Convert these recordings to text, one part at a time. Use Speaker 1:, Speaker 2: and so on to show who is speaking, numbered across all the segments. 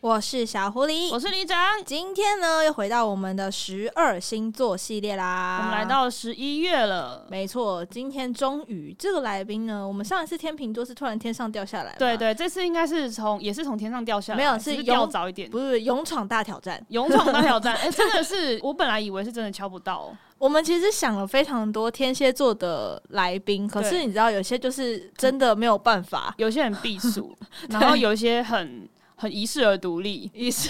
Speaker 1: 我是小狐狸，
Speaker 2: 我是李长。
Speaker 1: 今天呢又回到我们的十二星座系列啦，
Speaker 2: 我们来到十一月了，
Speaker 1: 没错，今天终于这个来宾呢，我们上一次天秤座是突然天上掉下来嘛，
Speaker 2: 对对，这次应该是从也是从天上掉下来，
Speaker 1: 没有
Speaker 2: 只
Speaker 1: 是
Speaker 2: 是
Speaker 1: 勇
Speaker 2: 掉早一点
Speaker 1: 不。是勇闯大挑战。
Speaker 2: 勇闯大挑 战，哎、真的是，我本来以为是真的敲不到哦、
Speaker 1: 我们其实想了非常多天蝎座的来宾，可是
Speaker 2: 对
Speaker 1: 你知道有些就是真的没有办法，
Speaker 2: 有些很 避暑，然后有一些很很遗世而独立，
Speaker 1: 于是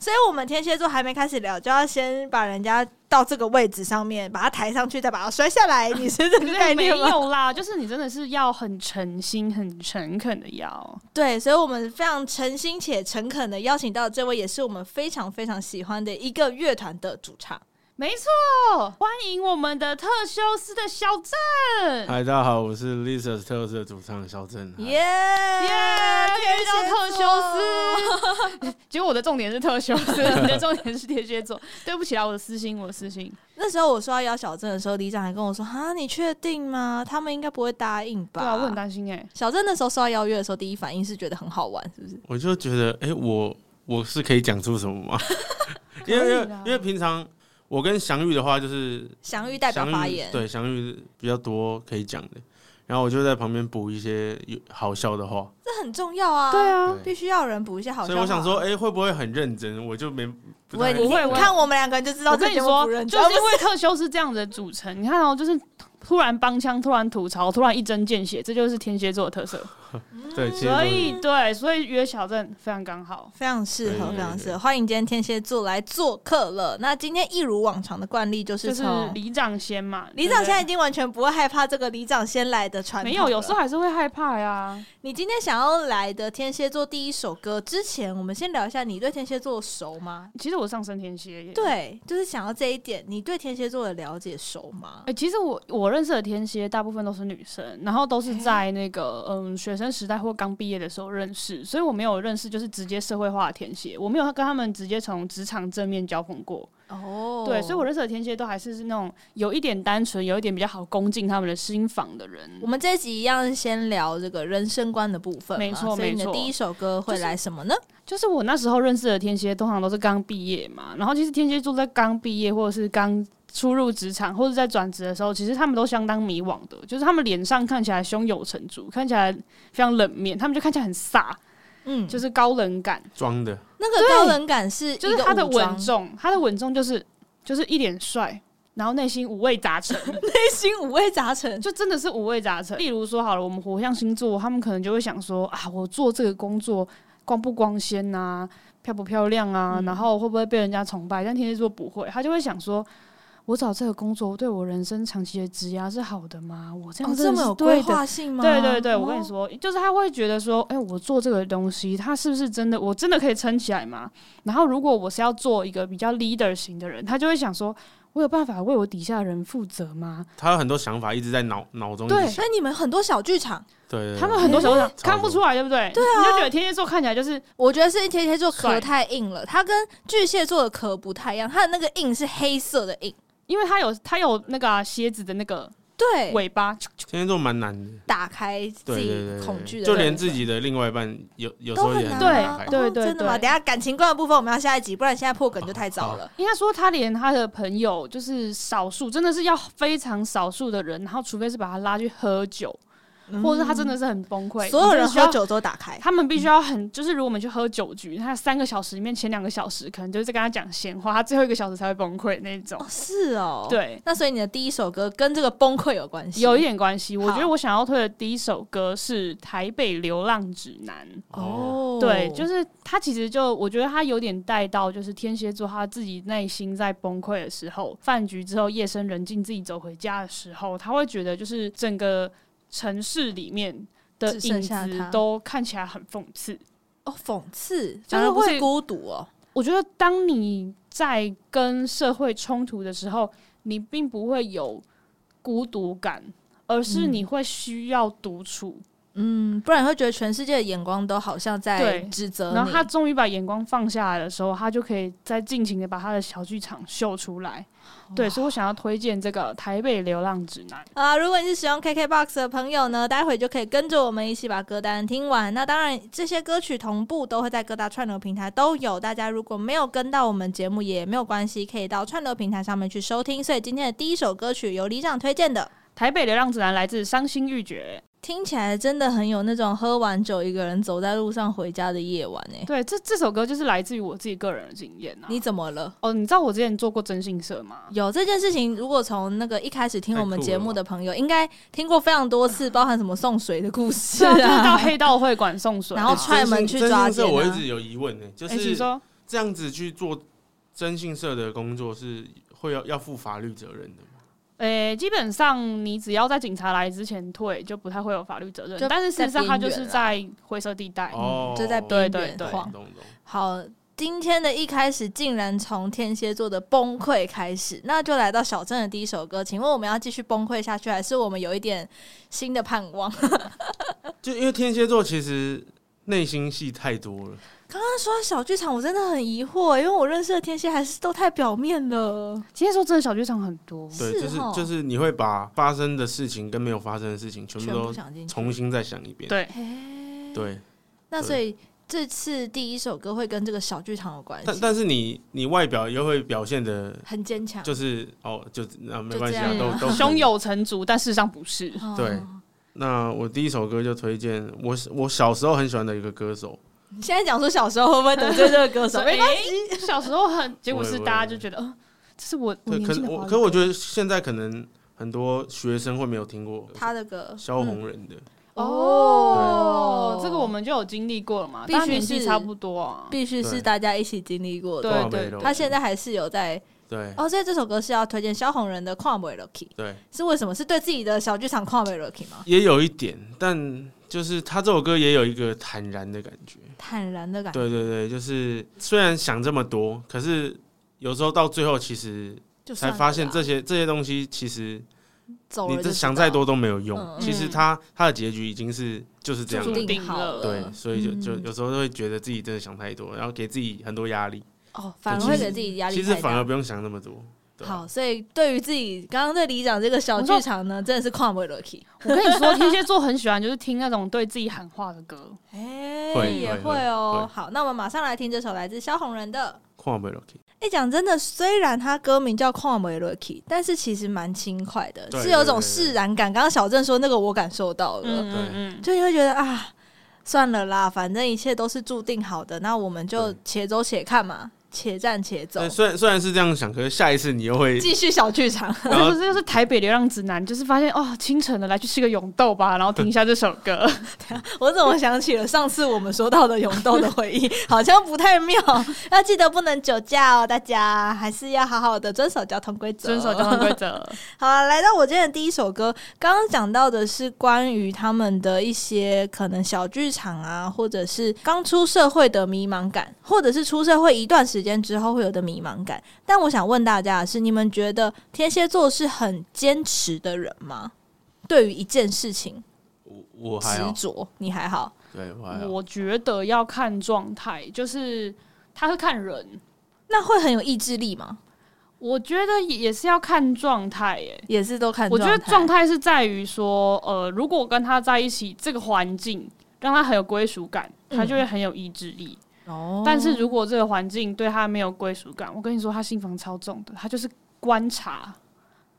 Speaker 1: 所以我们天蝎座还没开始聊，就要先把人家到这个位置上面，把他抬上去，再把他摔下来。你是这
Speaker 2: 可
Speaker 1: 个
Speaker 2: 是
Speaker 1: 概
Speaker 2: 没
Speaker 1: 念吗？
Speaker 2: 有啦，就是你真的是要很诚心、很诚恳的要。
Speaker 1: 对，所以我们非常诚心且诚恳的邀请到这位，也是我们非常非常喜欢的一个乐团的主唱。
Speaker 3: 啊
Speaker 2: 没错，欢迎我们的特修斯的小郑。
Speaker 3: 嗨，大家好，我是 Lisa 特斯的主唱肖正。
Speaker 1: 耶耶！啊
Speaker 2: 遇到
Speaker 1: 天
Speaker 2: 特
Speaker 1: 蝎
Speaker 2: 修
Speaker 1: 座
Speaker 2: 斯， 结果我的重点是特修 斯，你的重点是天蝎座。对不起啦，我的私心，我的私心。
Speaker 1: 那时候我说要邀小郑的时候，李长还跟我说：“哈，你确定吗？他们应该不会答应吧？”
Speaker 2: 对啊，我很担心哎、
Speaker 1: 小郑那时候收到邀约的时候，第一反应是觉得很好玩，是不是？
Speaker 3: 我就觉得，哎、我我是可以讲出什么 吗？因为因
Speaker 2: 可以啊
Speaker 3: 为
Speaker 2: 啦
Speaker 3: 因为平常我跟翔宇的话，就是
Speaker 1: 祥玉代表
Speaker 3: 翔
Speaker 1: 发
Speaker 3: 宇
Speaker 1: 言，
Speaker 3: 对翔宇比较多可以讲的，然后我就在旁边补一些有好笑的话，
Speaker 1: 这很重要啊。
Speaker 2: 对啊，
Speaker 1: 必须要有人补一些好笑
Speaker 3: 所
Speaker 1: 话。
Speaker 3: 以我想说，哎、会不会很认真？我就没不
Speaker 1: 不会，
Speaker 3: 太
Speaker 1: 你
Speaker 2: 不会我
Speaker 1: 看我们两个人就知道
Speaker 2: 我
Speaker 1: 这
Speaker 2: 跟你
Speaker 1: 节目
Speaker 2: 说
Speaker 1: 不，认
Speaker 2: 就
Speaker 1: 真。
Speaker 2: 是因为特修斯这样子的组成，你看哦，就是突然帮腔，突然吐槽，突然一针见血，这就是天蝎座的特色。
Speaker 3: 对，其实
Speaker 2: 所以对，所以约小郑非常刚好。
Speaker 1: 非常适合，
Speaker 3: 对
Speaker 1: 非常适
Speaker 3: 对
Speaker 1: 合。
Speaker 3: 对
Speaker 1: 欢迎今天天蝎座来做客了。那今天一如往常的惯例，就是
Speaker 2: 就是
Speaker 1: 从
Speaker 2: 里长先嘛，
Speaker 1: 李长现在已
Speaker 2: 对
Speaker 1: 经完全不会害怕这个李长先来的
Speaker 2: 不对
Speaker 1: 传统
Speaker 2: 没
Speaker 1: 了。
Speaker 2: 有，有时候还是会害怕呀。
Speaker 1: 你今天想要来的天蝎座第一首歌之前，我们先聊一下你对天蝎座熟吗？
Speaker 2: 其实我上升天蝎耶，
Speaker 1: 对，就是想要这一点，你对天蝎座的了解熟吗
Speaker 2: 哎、？其实我我认识的天蝎大部分都是女生，然后都是在那个、嗯学生时代或刚毕业的时候认识，所以我没有认识就是直接社会化的天蝎，我没有跟他们直接从职场正面交锋过。
Speaker 1: 哦
Speaker 2: 对，所以我认识的天蝎都还是是那种有一点单纯，有一点比较好攻进他们的心房的人
Speaker 1: 我。们这一集一样是先聊这个人生观的部分嘛，
Speaker 2: 没错
Speaker 1: 所以你的
Speaker 2: 没错
Speaker 1: 第一首歌会来什么呢？
Speaker 2: 就是我那时候认识的天蝎，通常都是刚毕业嘛，然后其实天蝎座在刚毕业或者是刚。初入职场或者在转职的时候，其实他们都相当迷惘的，就是他们脸上看起来胸有成竹，看起来非常冷面，他们就看起来很飒，
Speaker 1: 嗯，
Speaker 2: 就是是高冷感，
Speaker 3: 装的，
Speaker 1: 那个高冷感是
Speaker 2: 就
Speaker 1: 一
Speaker 2: 是
Speaker 1: 个
Speaker 2: 他的
Speaker 1: 武装
Speaker 2: 稳重，他的稳重就是就是一脸帅，然后内心五味杂陈，
Speaker 1: 内 心五味杂陈，
Speaker 2: 就真的是五味杂陈。例如说好了，我们火象星座，他们可能就会想说啊，我做这个工作光不光鲜呐、漂不漂亮啊，
Speaker 1: 嗯
Speaker 2: 然后会不会被人家崇拜？但天蝎座不会，他就会想说。我找这个工作对我人生长期的职涯是好的吗？我这样
Speaker 1: 哦，这
Speaker 2: 真的
Speaker 1: 么
Speaker 2: 是
Speaker 1: 有
Speaker 2: 对
Speaker 1: 规
Speaker 2: 的
Speaker 1: 划性吗？
Speaker 2: 对对对，我跟你
Speaker 1: 哦，
Speaker 2: 说，就是他会觉得说，哎、我做这个东西，他是不是真的，我真的可以撑起来吗？然后如果我是要做一个比较 leader 型的人，他就会想说，我有办法为我底下的人负责吗？
Speaker 3: 他有很多想法一直在脑脑中一
Speaker 2: 对
Speaker 3: 直想，
Speaker 1: 所以你们很多小剧场，
Speaker 3: 对对对
Speaker 2: 他们很多时候想
Speaker 3: 超多
Speaker 2: 看不出来，对不对？对啊，你就觉得天蝎座看起来就是
Speaker 1: 我觉得是天蝎座壳
Speaker 2: 帅
Speaker 1: 太硬了，它跟巨蟹座的壳不太一样，它的那个硬是黑色的硬，
Speaker 2: 因为他有他有那个啊、蝎子的那个
Speaker 1: 对，
Speaker 2: 尾巴，
Speaker 3: 天蝎座蛮难的。
Speaker 1: 打开
Speaker 3: 对
Speaker 1: 自
Speaker 3: 对对
Speaker 1: 己
Speaker 3: 对
Speaker 1: 恐惧的那
Speaker 3: 就
Speaker 1: 个，
Speaker 3: 连自己的另外一半有有时
Speaker 1: 都
Speaker 3: 候也
Speaker 1: 很
Speaker 3: 很
Speaker 1: 难
Speaker 2: 对
Speaker 3: 难
Speaker 1: 啊，
Speaker 3: 排
Speaker 1: 哦
Speaker 2: 对对
Speaker 1: 真的吗？
Speaker 2: 对
Speaker 1: 等一下感情观的部分我们要下一集，不然现在破梗就太早了。
Speaker 2: 应该说，他连他的朋友，就是少数，真的是要非常少数的人，然后除非是把他拉去喝酒，或者是他真的是很崩溃，
Speaker 1: 嗯所有
Speaker 2: 你真
Speaker 1: 人
Speaker 2: 的需要
Speaker 1: 喝酒都打开，
Speaker 2: 他们必须要很，就是如果我们去喝酒局，他三个小时里面前两个小时可能就是在跟他讲闲话，他最后一个小时才会崩溃那种
Speaker 1: 哦，。是哦，。
Speaker 2: 对，
Speaker 1: 那所以你的第一首歌跟这个崩溃有关系？
Speaker 2: 有一点关系。
Speaker 1: 好
Speaker 2: 我觉得我想要推的第一首歌是《台北流浪指南》。
Speaker 1: 哦，
Speaker 3: 哦，
Speaker 2: 对，就是他其实就我觉得他有点带到，就是天蝎座他自己内心在崩溃的时候，饭局之后夜深人静自己走回家的时候，他会觉得就是整个城市里面的
Speaker 1: 只剩
Speaker 2: 影
Speaker 1: 下他
Speaker 2: 子都看起来很讽刺。
Speaker 1: 哦，讽刺，
Speaker 2: 就
Speaker 1: 反而
Speaker 2: 是
Speaker 1: 不是
Speaker 2: 会
Speaker 1: 孤独哦，
Speaker 2: 我觉得当你在跟社会冲突的时候，你并不会有孤独感，而是你会需要独处。
Speaker 1: 嗯，不然会觉得全世界的眼光都好像在
Speaker 2: 对
Speaker 1: 指责你。
Speaker 2: 然后他终于把眼光放下来的时候，他就可以再尽情的把他的小剧场秀出来。对，所以我想要推荐这个《台北流浪指南》。
Speaker 1: 啊、如果你是使用 KKBOX 的朋友呢，待会就可以跟着我们一起把歌单听完。那当然，这些歌曲同步都会在各大串流平台都有，大家如果没有跟到我们节目也没有关系，可以到串流平台上面去收听。所以今天的第一首歌曲由李长推荐的，
Speaker 2: 《台北流浪指南》来自伤心欲绝。
Speaker 1: 听起来真的很有那种喝完酒一个人走在路上回家的夜晚哎、
Speaker 2: 对，这这首歌就是来自于我自己个人的经验啊。
Speaker 1: 你怎么了？
Speaker 2: 哦，你知道我之前做过征信社吗？
Speaker 1: 有这件事情，如果从那个一开始听我们
Speaker 3: 太酷了
Speaker 1: 节目
Speaker 3: 吧
Speaker 1: 的朋友，应该听过非常多次，包含什么送水的故事
Speaker 2: 对啊， 就是到
Speaker 1: 哎啊，
Speaker 2: 黑道会馆送 水啊，
Speaker 1: 然后
Speaker 3: 真
Speaker 1: 踹
Speaker 3: 心
Speaker 1: 门去抓
Speaker 3: 这
Speaker 1: 奸、
Speaker 3: 我一
Speaker 1: 啊
Speaker 3: 直。有疑问呢、欸就
Speaker 2: 哎，请
Speaker 3: 是
Speaker 2: 说，
Speaker 3: 这样子去做征信社的工作是会要要负法律责任的吗？
Speaker 2: 诶、哎基本上你只要在警察来之前退，就不太会有法律责任
Speaker 1: 就。
Speaker 2: 但是事实上，
Speaker 1: 在
Speaker 2: 它
Speaker 1: 边
Speaker 2: 就
Speaker 1: 缘
Speaker 2: 是
Speaker 1: 啦
Speaker 2: 在灰色地带。
Speaker 3: 哦，
Speaker 1: 就嗯在
Speaker 3: 对
Speaker 1: 边
Speaker 2: 对
Speaker 1: 缘
Speaker 2: 对
Speaker 1: 晃
Speaker 3: 懂。懂
Speaker 1: 好，今天的一开始竟然从天蝎座的崩溃开始，那就来到小镇的第一首歌。请问我们要继续崩溃下去，还是我们有一点新的盼 望？刚
Speaker 3: 就因为天蝎座其实内心戏太多了，
Speaker 1: 刚说到小剧场，我真的很疑惑，因为我认识的天蝎还是都太表面了。
Speaker 2: 其实说真的，小剧场很多。
Speaker 3: 对，
Speaker 1: 是
Speaker 3: 就是
Speaker 1: 哦
Speaker 3: 就是你会把发生的事情跟没有发生的哦事情全部
Speaker 1: 全部
Speaker 3: 都
Speaker 1: 想进去
Speaker 3: 重新再想一遍。
Speaker 2: 对，
Speaker 1: 哎，
Speaker 3: 对，
Speaker 1: 那所以这次第一首歌会跟这个小剧场有关
Speaker 3: 但
Speaker 1: 系，
Speaker 3: 但是你你外表又会表现的，
Speaker 1: 很坚强，
Speaker 3: 就是哦，就那没
Speaker 1: 就
Speaker 3: 关系啊，
Speaker 1: 这样
Speaker 3: 都
Speaker 1: 啊
Speaker 3: 都
Speaker 2: 胸。有成竹，但事实上不是。
Speaker 1: 哦
Speaker 3: 对那我第一首歌就推荐我我小时候很喜欢的一个歌手，
Speaker 1: 你现在讲说小时候会不会得罪这个歌手？
Speaker 2: 哎
Speaker 1: 没关系，
Speaker 2: 小时候很，结果是
Speaker 3: 喂喂
Speaker 2: 大家就觉得，呃，这是我我
Speaker 3: 对，
Speaker 2: 年
Speaker 3: 可
Speaker 2: 轻
Speaker 3: 能
Speaker 2: 的
Speaker 3: 我
Speaker 2: 华语
Speaker 3: 可我
Speaker 2: 歌
Speaker 3: 觉得现在可能很多学生会没有听过
Speaker 1: 他嗯的歌
Speaker 3: 萧红人的，
Speaker 2: 哦，这个我们就有经历过了嘛，
Speaker 1: 必
Speaker 2: 大家
Speaker 1: 须
Speaker 2: 年纪
Speaker 1: 是
Speaker 2: 差不多啊。
Speaker 1: 必须是
Speaker 3: 对
Speaker 1: 大家一起经历过的。
Speaker 2: 对
Speaker 3: 多少
Speaker 2: 对
Speaker 3: 倍都
Speaker 1: 他现在还是有在
Speaker 3: 对
Speaker 1: 哦，所以这首歌是要推荐萧红人的《跨美 Lucky》，
Speaker 3: 对，
Speaker 1: 是为什么？是对自己的小剧场《跨美 Lucky》吗？
Speaker 3: 也有一点，但就是他这首歌也有一个坦然的感觉。
Speaker 1: 坦然的感觉，
Speaker 3: 对对对，就是虽然想这么多，可是有时候到最后，其实
Speaker 1: 就算
Speaker 3: 才
Speaker 1: 了啦
Speaker 3: 发现这些这些东西，其实
Speaker 1: 走了
Speaker 3: 你
Speaker 1: 就知
Speaker 3: 这
Speaker 1: 道
Speaker 3: 想再多都没有用。
Speaker 1: 嗯
Speaker 3: 其实它它的结局已经是就是这样
Speaker 1: 注
Speaker 3: 了。
Speaker 1: 定好了，
Speaker 3: 对，所以就就
Speaker 1: 嗯
Speaker 3: 有时候会觉得自己真的想太多，然后给自己很多压力。
Speaker 1: 哦，反而
Speaker 3: 对
Speaker 1: 会
Speaker 3: 其
Speaker 1: 给
Speaker 3: 实
Speaker 1: 自己压力
Speaker 3: 其
Speaker 1: 太大。
Speaker 3: 实反而不用想那么多。对啊
Speaker 1: 好，所以对于自己刚刚对里长这个小剧场呢，真的是跨美 Lucky，
Speaker 2: 我跟你说，天蝎座很喜欢就是听那种对自己喊话的歌。
Speaker 1: 哎
Speaker 3: 会
Speaker 1: 也
Speaker 3: 会会
Speaker 1: 哦。
Speaker 3: 会
Speaker 1: 好，那我们马上来听这首来自萧红人的
Speaker 3: 跨不了 K，
Speaker 1: 哎，讲真的，虽然它歌名叫《跨梅洛奇》，但是其实蛮轻快的，
Speaker 3: 对
Speaker 1: 是有
Speaker 3: 对
Speaker 1: 种
Speaker 3: 对
Speaker 1: 释然感。刚刚小郑说那个，我感受到了，
Speaker 2: 嗯嗯嗯，
Speaker 1: 就你会觉得啊，算了啦，反正一切都是注定好的，那我们就
Speaker 3: 对
Speaker 1: 且走且看嘛，且战且走
Speaker 3: 但，虽然虽然是这样想，可是下一次你又会，
Speaker 1: 继续小剧场。
Speaker 3: 然后
Speaker 2: 这就是台北流浪指南，就是发现哦，清晨了，来去吃个永豆吧，然后听一下这首歌。
Speaker 1: 我怎么想起了上次我们说到的永豆的回忆，好像不太妙。 要记得不能酒驾哦，大家还是要好好的遵守交通规则，
Speaker 2: 遵守交通规则。
Speaker 1: 好、啊，来到我今天的第一首歌，刚刚讲到的是关于他们的一些可能小剧场啊，或者是刚出社会的迷茫感，或者是出社会一段时间之后会有的迷茫感。但我想问大家的是，你们觉得天蝎座是很坚持的人吗？对于一件事情
Speaker 3: 我我还
Speaker 1: 执
Speaker 3: 好，
Speaker 1: 着，你还好？
Speaker 3: 对我还好。
Speaker 2: 我觉得要看状态，就是他是看人，
Speaker 1: 那会很有意志力吗？
Speaker 2: 我觉得也也是要看状态耶。
Speaker 1: 也是都看
Speaker 2: 我
Speaker 1: 状
Speaker 2: 觉
Speaker 1: 态。
Speaker 2: 得状态是在于说，呃，如果跟他在一起，这个环境让他很有归属感，他就会很有意志力。
Speaker 1: 嗯哦
Speaker 2: 但是如果这个环境对他没有归属感，我跟你说，他心房超重的，他就是观察，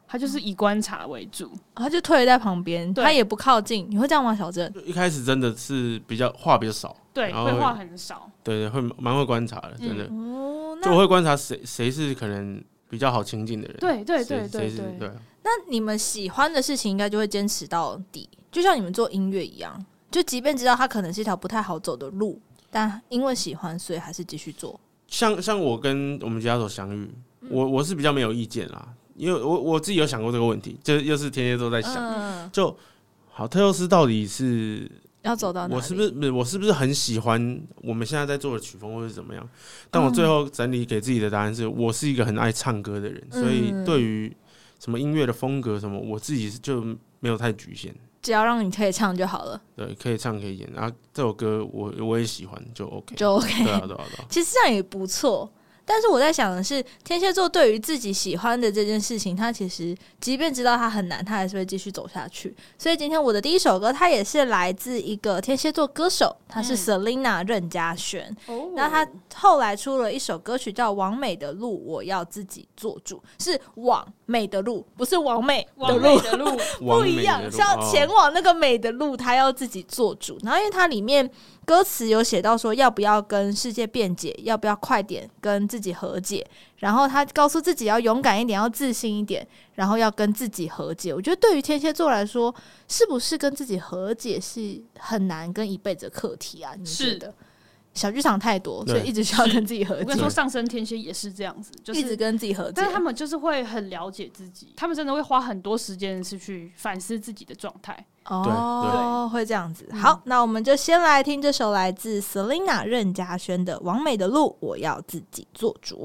Speaker 2: 他就是以观察为主。
Speaker 1: 他就退在旁边，
Speaker 2: 对
Speaker 1: 他也不靠近。你会这样吗，小郑？
Speaker 3: 就一开始真的是比较话比较少，
Speaker 2: 对，
Speaker 3: 然后
Speaker 2: 会话很少。
Speaker 3: 对，会蛮会观察的，真的。
Speaker 1: 哦，
Speaker 3: 就我会观察谁谁是可能比较好亲近的人，
Speaker 2: 对对对
Speaker 3: 谁谁
Speaker 2: 对
Speaker 3: 是
Speaker 2: 对
Speaker 3: 对，
Speaker 1: 那你们喜欢的事情应该就会坚持到底，就像你们做音乐一样，就即便知道它可能是一条不太好走的路，但因为喜欢，所以还是继续做。
Speaker 3: 像像我跟我们吉他手相遇，我我是比较没有意见啦，因为我我自己有想过这个问题，就又是天蝎座在想，
Speaker 1: 嗯，
Speaker 3: 就好特优斯到底是
Speaker 1: 要走到哪里？
Speaker 3: 我是不是不是我是不是很喜欢我们现在在做的曲风或者怎么样？但我最后整理给自己的答案是我是一个很爱唱歌的人，所以
Speaker 1: 嗯
Speaker 3: 对于什么音乐的风格什么，我自己是就没有太局限，
Speaker 1: 只要让你可以唱就好了，
Speaker 3: 对，可以唱可以演啊。这首歌我我也喜欢，就 OK。
Speaker 1: 就 OK。
Speaker 3: 对啊，对啊，对啊。
Speaker 1: 其实这样也不错。但是我在想的是，天蝎座对于自己喜欢的这件事情，他其实即便知道他很难，他还是会继续走下去。所以今天我的第一首歌，它也是来自一个天蝎座歌手，他是
Speaker 2: 嗯
Speaker 1: Selina 任嘉萱。
Speaker 2: 哦
Speaker 1: 那他后来出了一首歌曲叫《王美的路我要自己做主》，是往美的路，不是王美的
Speaker 2: 完
Speaker 1: 路
Speaker 2: 美。的路，
Speaker 1: 不
Speaker 3: 完美
Speaker 1: 一样，
Speaker 3: 的
Speaker 1: 是要
Speaker 3: 路
Speaker 1: 前
Speaker 3: 哦
Speaker 1: 往那个美的路，他要自己做主。然后，因为它里面歌词有写到说，要不要跟世界辩解，要不要快点跟自己和解。然后他告诉自己要勇敢一点，要自信一点，然后要跟自己和解。我觉得对于天蝎座来说，是不是跟自己和解是很难跟一辈子的课题啊？你
Speaker 2: 是
Speaker 1: 觉得？小剧场太多，所以
Speaker 3: 对
Speaker 1: 一直需要
Speaker 2: 是
Speaker 1: 跟自己和
Speaker 2: 我跟
Speaker 1: 解
Speaker 2: 你，说，上升天蝎也是这样子，就
Speaker 1: 一直
Speaker 2: 是。
Speaker 1: 跟自己和解
Speaker 2: 但。是他们就是会很了解自己，他们真的会花很多时间是去反思自己的状态。
Speaker 1: 哦，会这样子。
Speaker 2: 嗯
Speaker 1: 好，那我们就先来听这首来自 Selina 任嘉萱的《完美的路我要自己做主》。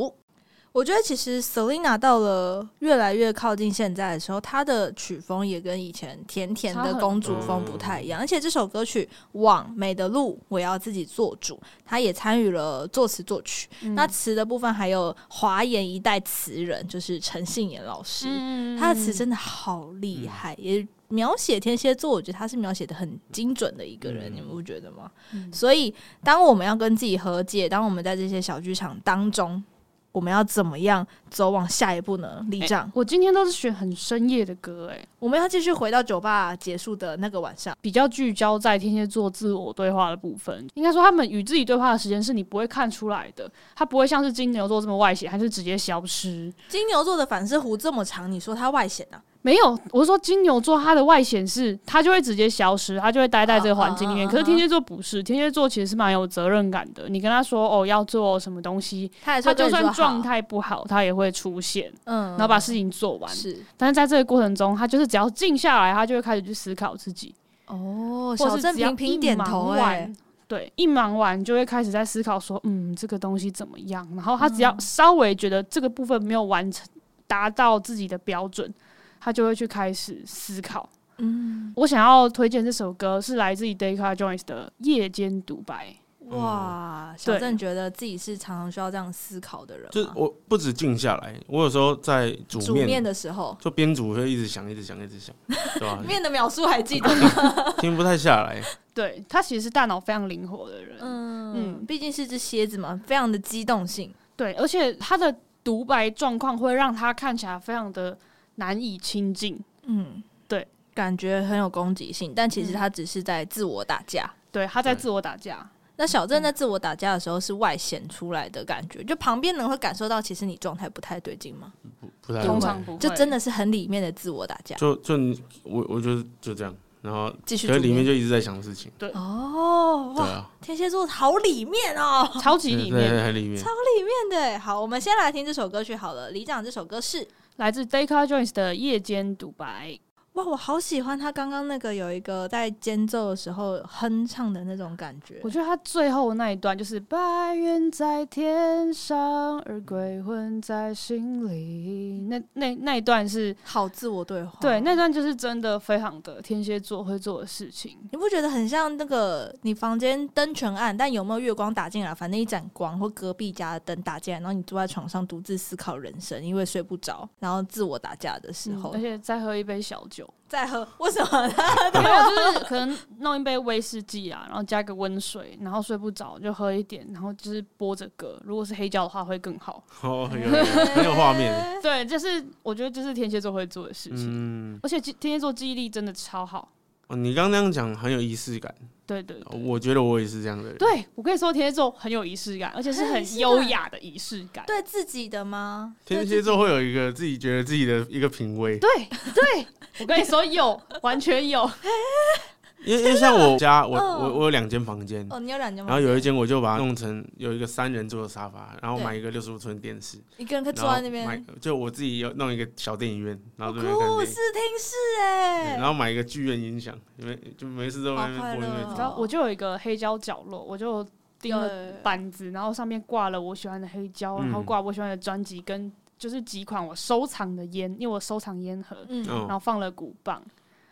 Speaker 1: 我觉得其实 Selina 到了越来越靠近现在的时候，她的曲风也跟以前甜甜
Speaker 2: 差
Speaker 1: 的
Speaker 2: 很
Speaker 1: 公主风不太一样，而且这首歌曲《往美的路我要自己做主》，她也参与了作词作曲。那词的部分还有华研一代词人，就是陈信妍老师。
Speaker 2: 嗯
Speaker 1: 他的词真的好厉害，也描写天蝎座，我觉得他是描写的很精准的一个人，
Speaker 3: 嗯
Speaker 1: 你们不觉得吗？
Speaker 2: 嗯
Speaker 1: 所以，当我们要跟自己和解，当我们在这些小剧场当中，我们要怎么样走往下一步呢？李长，
Speaker 2: 我今天都是选很深夜的歌、哎，
Speaker 1: 我们要继续回到酒吧结束的那个晚上，
Speaker 2: 比较聚焦在天蝎座自我对话的部分。应该说，他们与自己对话的时间是你不会看出来的，他不会像是金牛座这么外显，他就直接消失。
Speaker 1: 金牛座的反射弧这么长，你说他外显啊？
Speaker 2: 没有，我是说金牛座它的外显是，它就会直接消失，它就会待在这个环境里
Speaker 1: 啊
Speaker 2: 面。
Speaker 1: 啊啊
Speaker 2: 可是天蝎座不是，天蝎座其实是蛮有责任感的。你跟他说哦要做什么东西，
Speaker 1: 他还是
Speaker 2: 他
Speaker 1: 会
Speaker 2: 就
Speaker 1: 跟你说
Speaker 2: 算状
Speaker 1: 好，
Speaker 2: 态不好，他也会出现，
Speaker 1: 嗯，
Speaker 2: 然后把事情做完。
Speaker 1: 是
Speaker 2: 但是在这个过程中，他就是只要静下来，他就会开始去思考自己，
Speaker 1: 哦，
Speaker 2: 或
Speaker 1: 小
Speaker 2: 者是
Speaker 1: 郑
Speaker 2: 只要
Speaker 1: 频
Speaker 2: 一
Speaker 1: 频点头、
Speaker 2: 忙
Speaker 1: 哎
Speaker 2: 完，，对，一忙完就会开始在思考说，嗯，这个东西怎么样？然后他只
Speaker 1: 嗯
Speaker 2: 要稍微觉得这个部分没有完成，达到自己的标准，他就会去开始思考。
Speaker 1: 嗯，
Speaker 2: 我想要推荐这首歌是来自于 Decca Jones 的《夜间独白》。
Speaker 1: 哇，小
Speaker 2: 嗯对
Speaker 1: 郑觉得自己是常常需要这样思考的人吗，啊
Speaker 3: 就是我不止静下来，我有时候在煮
Speaker 1: 煮
Speaker 3: 面
Speaker 1: 面的时候，
Speaker 3: 就边煮会一直想，一直想，一直想，对吧、
Speaker 1: 面的描述还记得吗？
Speaker 3: 停不太下来。
Speaker 2: 对他其实是大脑非常灵活的人，
Speaker 1: 嗯，毕竟是只蝎子嘛，非常的机动性。
Speaker 2: 对，而且他的独白状况会让他看起来非常的难以亲近。
Speaker 1: 嗯，
Speaker 2: 对，
Speaker 1: 感觉很有攻击性，但其实他只是在自我打架。
Speaker 2: 对，他在
Speaker 3: 对
Speaker 2: 自我打架。
Speaker 1: 那小郑在自我打架的时候是外显出来的感觉，就旁边人会感受到，其实你状态不太对劲吗？
Speaker 3: 不不太
Speaker 2: 通
Speaker 3: 会
Speaker 2: 常不会，
Speaker 1: 就真的是很里面的自我打架，
Speaker 3: 就就你我我就就这样，然后
Speaker 1: 继续
Speaker 3: 可是
Speaker 1: 煮
Speaker 3: 里面
Speaker 1: 面
Speaker 3: 就一直在想事情，
Speaker 1: 哦，
Speaker 3: 对
Speaker 1: 哇，
Speaker 3: 啊，
Speaker 1: 天蝎座好里面哦，
Speaker 2: 超级里
Speaker 3: 对
Speaker 2: 面
Speaker 3: 对很里面，
Speaker 1: 面的欸好，我们先来听这首歌曲好了。李长这首歌是
Speaker 2: 来自 Decca Jones 的《夜间独白》。
Speaker 1: 哇，我好喜欢他刚刚那个有一个在间奏的时候哼唱的那种感觉
Speaker 2: 我，觉得他最后那一段就是“白云在天上，而鬼魂在心里”那。那那一段是
Speaker 1: 好自我对话。
Speaker 2: 对，那段就是真的非常的天蝎座会做的事情。
Speaker 1: 你不觉得很像那个你房间灯全暗，但有没有月光打进来？反正一盏光或隔壁家的灯打进来，然后你坐在床上独自思考人生，因为睡不着，然后自我打架的时
Speaker 2: 嗯
Speaker 1: 候、
Speaker 2: 而且再喝一杯小 酒，
Speaker 1: 再喝，为什么呢？
Speaker 2: 没有，就是可能弄一杯威士忌啊，然后加个温水，然后睡不着就喝一点，然后就是播着歌。如果是黑胶的话会更好。
Speaker 3: 哦，有有有很有画面，
Speaker 2: 对，就是我觉得这是天蝎座会做的事情，
Speaker 3: 嗯，
Speaker 2: 而且天天蝎座记忆力真的超好。
Speaker 3: 哦，你刚刚那样讲很有仪式感，
Speaker 2: 对对对。
Speaker 3: 我觉得我也是这样的人，
Speaker 2: 对，我跟你说，天蝎座很有仪式感，而且是
Speaker 1: 很有仪
Speaker 2: 很
Speaker 1: 式
Speaker 2: 优
Speaker 1: 感
Speaker 2: 雅的仪式 感。
Speaker 1: 对自己的吗？
Speaker 3: 天蝎座会有一个自己觉得自己的一个品味，
Speaker 2: 对 对，我跟你说有，完全
Speaker 1: 哦
Speaker 2: 有。
Speaker 3: 因为因为像我家，我
Speaker 1: 嗯
Speaker 3: 我我有两间房间。
Speaker 1: 哦，你有两间
Speaker 3: 然
Speaker 1: 吗？
Speaker 3: 后有一间我就把它弄成有一个三人坐的沙发，然后
Speaker 1: 对
Speaker 3: 买一个六十五寸电视，
Speaker 1: 一个人可以
Speaker 3: 然
Speaker 1: 坐
Speaker 3: 后
Speaker 1: 在那边，
Speaker 3: 买就我自己有弄一个小电影院，然后这边看
Speaker 1: 酷哦
Speaker 3: 电
Speaker 1: 视
Speaker 3: 影，
Speaker 1: 听室
Speaker 3: 对
Speaker 1: 哎、
Speaker 3: 然后买一个剧院音响，因为就没事都在那边播
Speaker 1: 好快乐
Speaker 3: 那
Speaker 1: 哦
Speaker 2: 然后我就有一个黑胶角落，我就钉了
Speaker 1: 对
Speaker 2: 板子，然后上面挂了我喜欢的黑胶，然后
Speaker 3: 嗯
Speaker 2: 挂我喜欢的专辑跟就是几款我收藏的烟，因为我收藏烟盒，
Speaker 1: 嗯
Speaker 3: 嗯
Speaker 2: 然后放了鼓棒。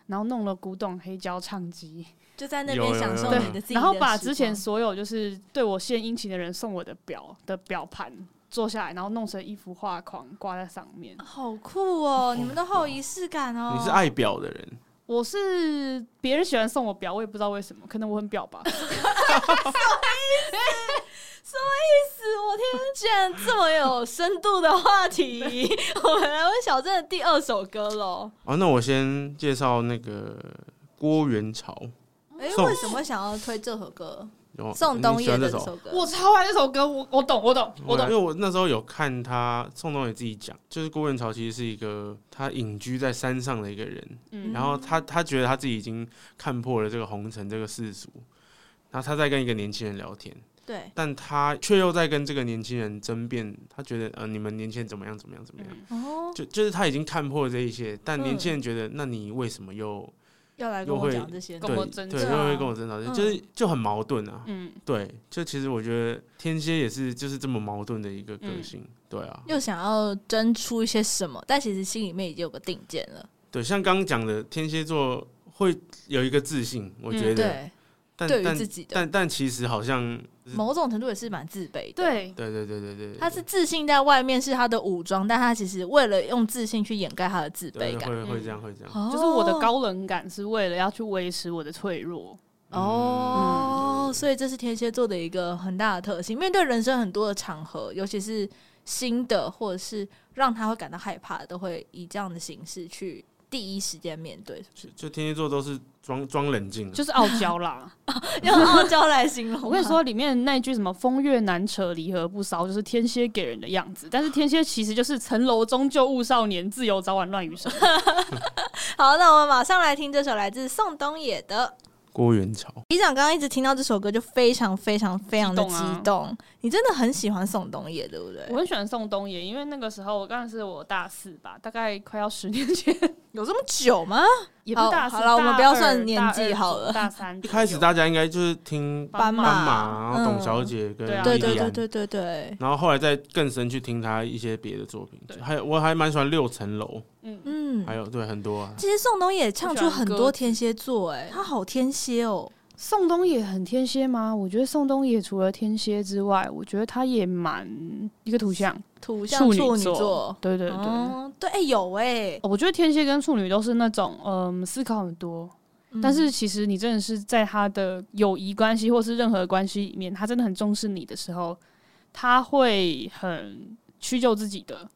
Speaker 2: 然后弄了古董黑胶唱机，
Speaker 1: 就在那
Speaker 3: 有
Speaker 1: 边
Speaker 3: 有
Speaker 1: 享
Speaker 2: 嗯
Speaker 3: 有
Speaker 1: 受
Speaker 3: 有
Speaker 1: 你的自己的时光。
Speaker 2: 然后把之前所有就是对我献殷勤的人送我的表的表盘做下来，然后弄成一幅画框挂在上面。
Speaker 1: 好酷哦，你们都好有仪式感 哦。
Speaker 2: 啊
Speaker 3: 你是爱表的人，
Speaker 2: 我是别人喜欢送我表，我也不知道为什么，可能我很表吧。
Speaker 1: 是我天，居然这么有深度的话题，我们来问小镇的第二首歌喽。
Speaker 3: 哦，那我先介绍那个郭元潮，
Speaker 2: 哦
Speaker 1: 哎、
Speaker 3: 送
Speaker 1: 为什么会想要推这首歌？
Speaker 3: 有
Speaker 1: 宋冬
Speaker 3: 你喜
Speaker 1: 野
Speaker 3: 欢
Speaker 1: 的
Speaker 3: 这
Speaker 1: 这
Speaker 3: 首。哦
Speaker 1: 首歌，
Speaker 2: 我超爱这首歌，我我懂，我懂，我
Speaker 3: 因
Speaker 2: 懂。
Speaker 3: 为我那时候有看他宋冬野自己讲，就是郭元潮其实是一个他隐居在山上的一个人，
Speaker 2: 嗯
Speaker 3: 然后他他觉得他自己已经看破了这个红尘这个世俗，然后他在跟一个年轻人聊天，
Speaker 1: 对，
Speaker 3: 但他却又在跟这个年轻人争辩，他觉得呃你们年轻人怎么样怎么样怎么样，
Speaker 2: 嗯
Speaker 1: 哦，
Speaker 3: 就就是他已经看破了这一切，但
Speaker 1: 嗯
Speaker 3: 年轻人觉得、那你为什么又
Speaker 1: 要来跟
Speaker 3: 又
Speaker 1: 我
Speaker 3: 会
Speaker 1: 讲这些呢，
Speaker 2: 跟
Speaker 3: 对
Speaker 2: 我争
Speaker 3: 对
Speaker 1: 吵
Speaker 3: 又会跟我争吵，
Speaker 1: 嗯
Speaker 3: 就是就很矛盾啊，
Speaker 2: 嗯，
Speaker 3: 对，就其实我觉得天蝎也是就是这么矛盾的一个个
Speaker 2: 嗯
Speaker 3: 性，对啊，
Speaker 1: 又想要争出一些什么，但其实心里面已经有个定见了。
Speaker 3: 对，像刚刚讲的天蝎座会有一个自信，我觉得，
Speaker 1: 嗯对，
Speaker 3: 但
Speaker 1: 对于
Speaker 3: 但
Speaker 1: 自己的
Speaker 3: 但但其实好像，
Speaker 1: 某种程度也是蛮自卑的。，
Speaker 2: 对，
Speaker 3: 对对对对对，
Speaker 1: 他是自信在外面是他的武装，但他其实为了用自信去掩盖他的自
Speaker 3: 对
Speaker 1: 卑感。
Speaker 3: 会
Speaker 2: 嗯
Speaker 3: 会这样会这样，
Speaker 1: 哦
Speaker 2: 就是我的高冷感是为了要去维持我的脆弱。
Speaker 1: 哦，所以这是天蝎座的一个很大的特性，面对人生很多的场合，尤其是新的或者是让他会感到害怕的，都会以这样的形式去第一时间面对，
Speaker 3: 就就天蝎座都是装装冷静啊，
Speaker 2: 就是傲娇啦。
Speaker 1: 用傲娇来形 容。
Speaker 2: 我跟你，说，里面那一句什么“风月难扯，离合不骚”，就是天蝎给人的样子。但是天蝎其实就是“层楼终究误少年，自由早晚乱余生
Speaker 1: 好，那我们马上来听这首来自宋冬野的。
Speaker 3: 郭元潮。
Speaker 1: 李长刚刚一直听到这首歌，就非常非常非常的
Speaker 2: 激
Speaker 1: 激
Speaker 2: 动啊
Speaker 1: 动。你真的很喜欢宋冬野，对不”。
Speaker 2: 我
Speaker 1: 对？
Speaker 2: 很喜欢宋冬野，因为那个时候我刚才是我大四吧，大概快要十年前，
Speaker 1: 有这么久吗？
Speaker 2: 也不是大四。
Speaker 1: 好好啦我们
Speaker 2: 大
Speaker 1: 不要
Speaker 2: 二
Speaker 1: 算年纪
Speaker 2: 大二
Speaker 1: 好了
Speaker 2: 大三
Speaker 3: 一开始
Speaker 2: 大
Speaker 3: 大家应该就是听
Speaker 2: 斑
Speaker 1: 马，
Speaker 2: 马
Speaker 3: 斑马，然后
Speaker 1: 嗯
Speaker 3: 董小姐跟
Speaker 2: 对啊
Speaker 1: 对
Speaker 3: 莉
Speaker 1: 对
Speaker 3: 莉
Speaker 1: 对
Speaker 3: 安，
Speaker 1: 对对对，
Speaker 3: 然后后来再更深去听他一些别的作品，
Speaker 2: 对
Speaker 3: 就还有我还蛮喜欢六层楼，
Speaker 2: 嗯，
Speaker 1: 嗯
Speaker 3: 还。有对很多啊，
Speaker 1: 其实宋冬野唱出很
Speaker 2: 我喜欢鸽
Speaker 1: 多
Speaker 2: 子
Speaker 1: 天蝎座、哎，他好天蝎哦。
Speaker 2: 宋冬野很天蝎吗？我觉得宋冬野除了天蝎之外，我觉得他也蛮一个图像，
Speaker 1: 土象
Speaker 2: 处
Speaker 1: 处
Speaker 2: 女座
Speaker 1: 座，，
Speaker 2: 对对对。哦
Speaker 1: 哦，对，哎、有哎、
Speaker 2: 我觉得天蝎跟处女都是那种，嗯，思考很多，
Speaker 1: 嗯
Speaker 2: 但是其实你真的是在他的友谊关系或是任何关系里面，他真的很重视你的时候，他会很屈就自己的，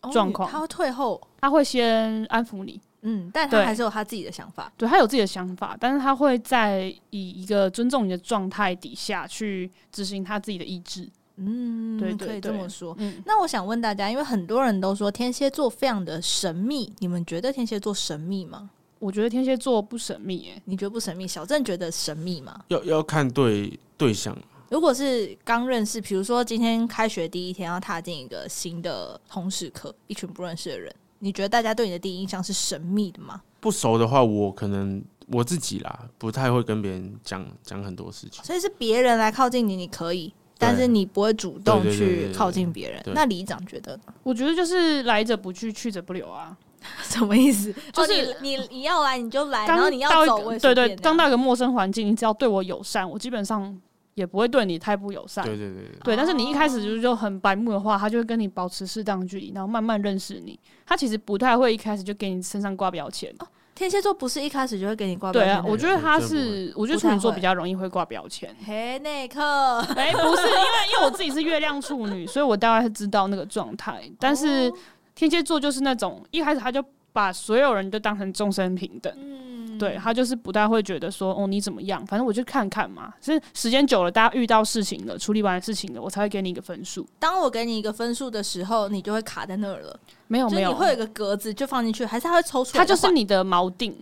Speaker 1: 哦
Speaker 2: 状况
Speaker 1: 他会退后，
Speaker 2: 他会先安抚你，
Speaker 1: 嗯，但
Speaker 2: 对
Speaker 1: 他还是有他自己的想法，
Speaker 2: 对他有自己的想法，但是他会在以一个尊重你的状态底下去执行他自己的意志。
Speaker 1: 嗯，
Speaker 2: 对对
Speaker 1: 可以这
Speaker 2: 对
Speaker 1: 么说。
Speaker 2: 嗯，
Speaker 1: 那我想问大家，因为很多人都说天蝎座非常的神秘，你们觉得天蝎座神秘吗？
Speaker 2: 我觉得天蝎座不神秘耶、
Speaker 1: 你觉得不神秘？小郑觉得神秘吗？
Speaker 3: 要要看对对象，
Speaker 1: 如果是刚认识，比如说今天开学第一天要踏进一个新的通识课，一群不认识的人，你觉得大家对你的第一印象是神秘的吗？
Speaker 3: 不熟的话，我可能我自己啦，不太会跟别人讲讲很多事情。
Speaker 1: 所以是别人来靠近你，你可以，但是你不会主动
Speaker 3: 对对对对
Speaker 1: 去
Speaker 3: 对
Speaker 1: 靠近别人。
Speaker 3: 对
Speaker 1: 那李长觉得呢
Speaker 2: 我觉得就是来者不拒，去者不留啊。
Speaker 1: 什么意思？
Speaker 2: 就
Speaker 1: 就是是、你你你要来你就来，哎
Speaker 2: 刚
Speaker 1: 然后
Speaker 2: 到
Speaker 1: 你要
Speaker 2: 一
Speaker 1: 走
Speaker 2: 个
Speaker 1: 我也
Speaker 2: 对
Speaker 1: 随
Speaker 2: 对，
Speaker 1: 便。啊
Speaker 2: 刚到一个陌生环境，你只要对我友善，我基本上也不会对你太不友善。
Speaker 3: 对对对对，
Speaker 2: 对，但是你一开始
Speaker 1: 哦
Speaker 2: 就就很白目的话，他就会跟你保持适当距离，然后慢慢认识你。他其实不太会一开始就给你身上挂标签。
Speaker 1: 天蝎座不是一开始就会给你哦挂标
Speaker 2: 对
Speaker 1: 签的
Speaker 2: 啊
Speaker 1: 人，
Speaker 2: 我觉得他是，我觉得
Speaker 1: 不
Speaker 2: 处
Speaker 1: 太
Speaker 2: 女座
Speaker 1: 会
Speaker 2: 比较容易会挂标签。
Speaker 1: 嘿内克，
Speaker 2: 哎、不是，因为因为我自己是月亮处女，所以我大概知道那个状态。但是
Speaker 1: 哦
Speaker 2: 天蝎座就是那种一开始他就把所有人都当成众生平等。
Speaker 1: 嗯，
Speaker 2: 对他就是不太会觉得说哦你怎么样，反正我就看看嘛。是时间久了，大家遇到事情了，处理完事情了，我才会给你一个分数。
Speaker 1: 当我给你一个分数的时候，你就会卡在那儿了，
Speaker 2: 没有
Speaker 1: 就
Speaker 2: 没
Speaker 1: 你
Speaker 2: 有，
Speaker 1: 会有一个格子就放进去，还是他会抽出来
Speaker 2: 它
Speaker 1: 再
Speaker 2: 就
Speaker 1: 换？
Speaker 2: 是你的锚定，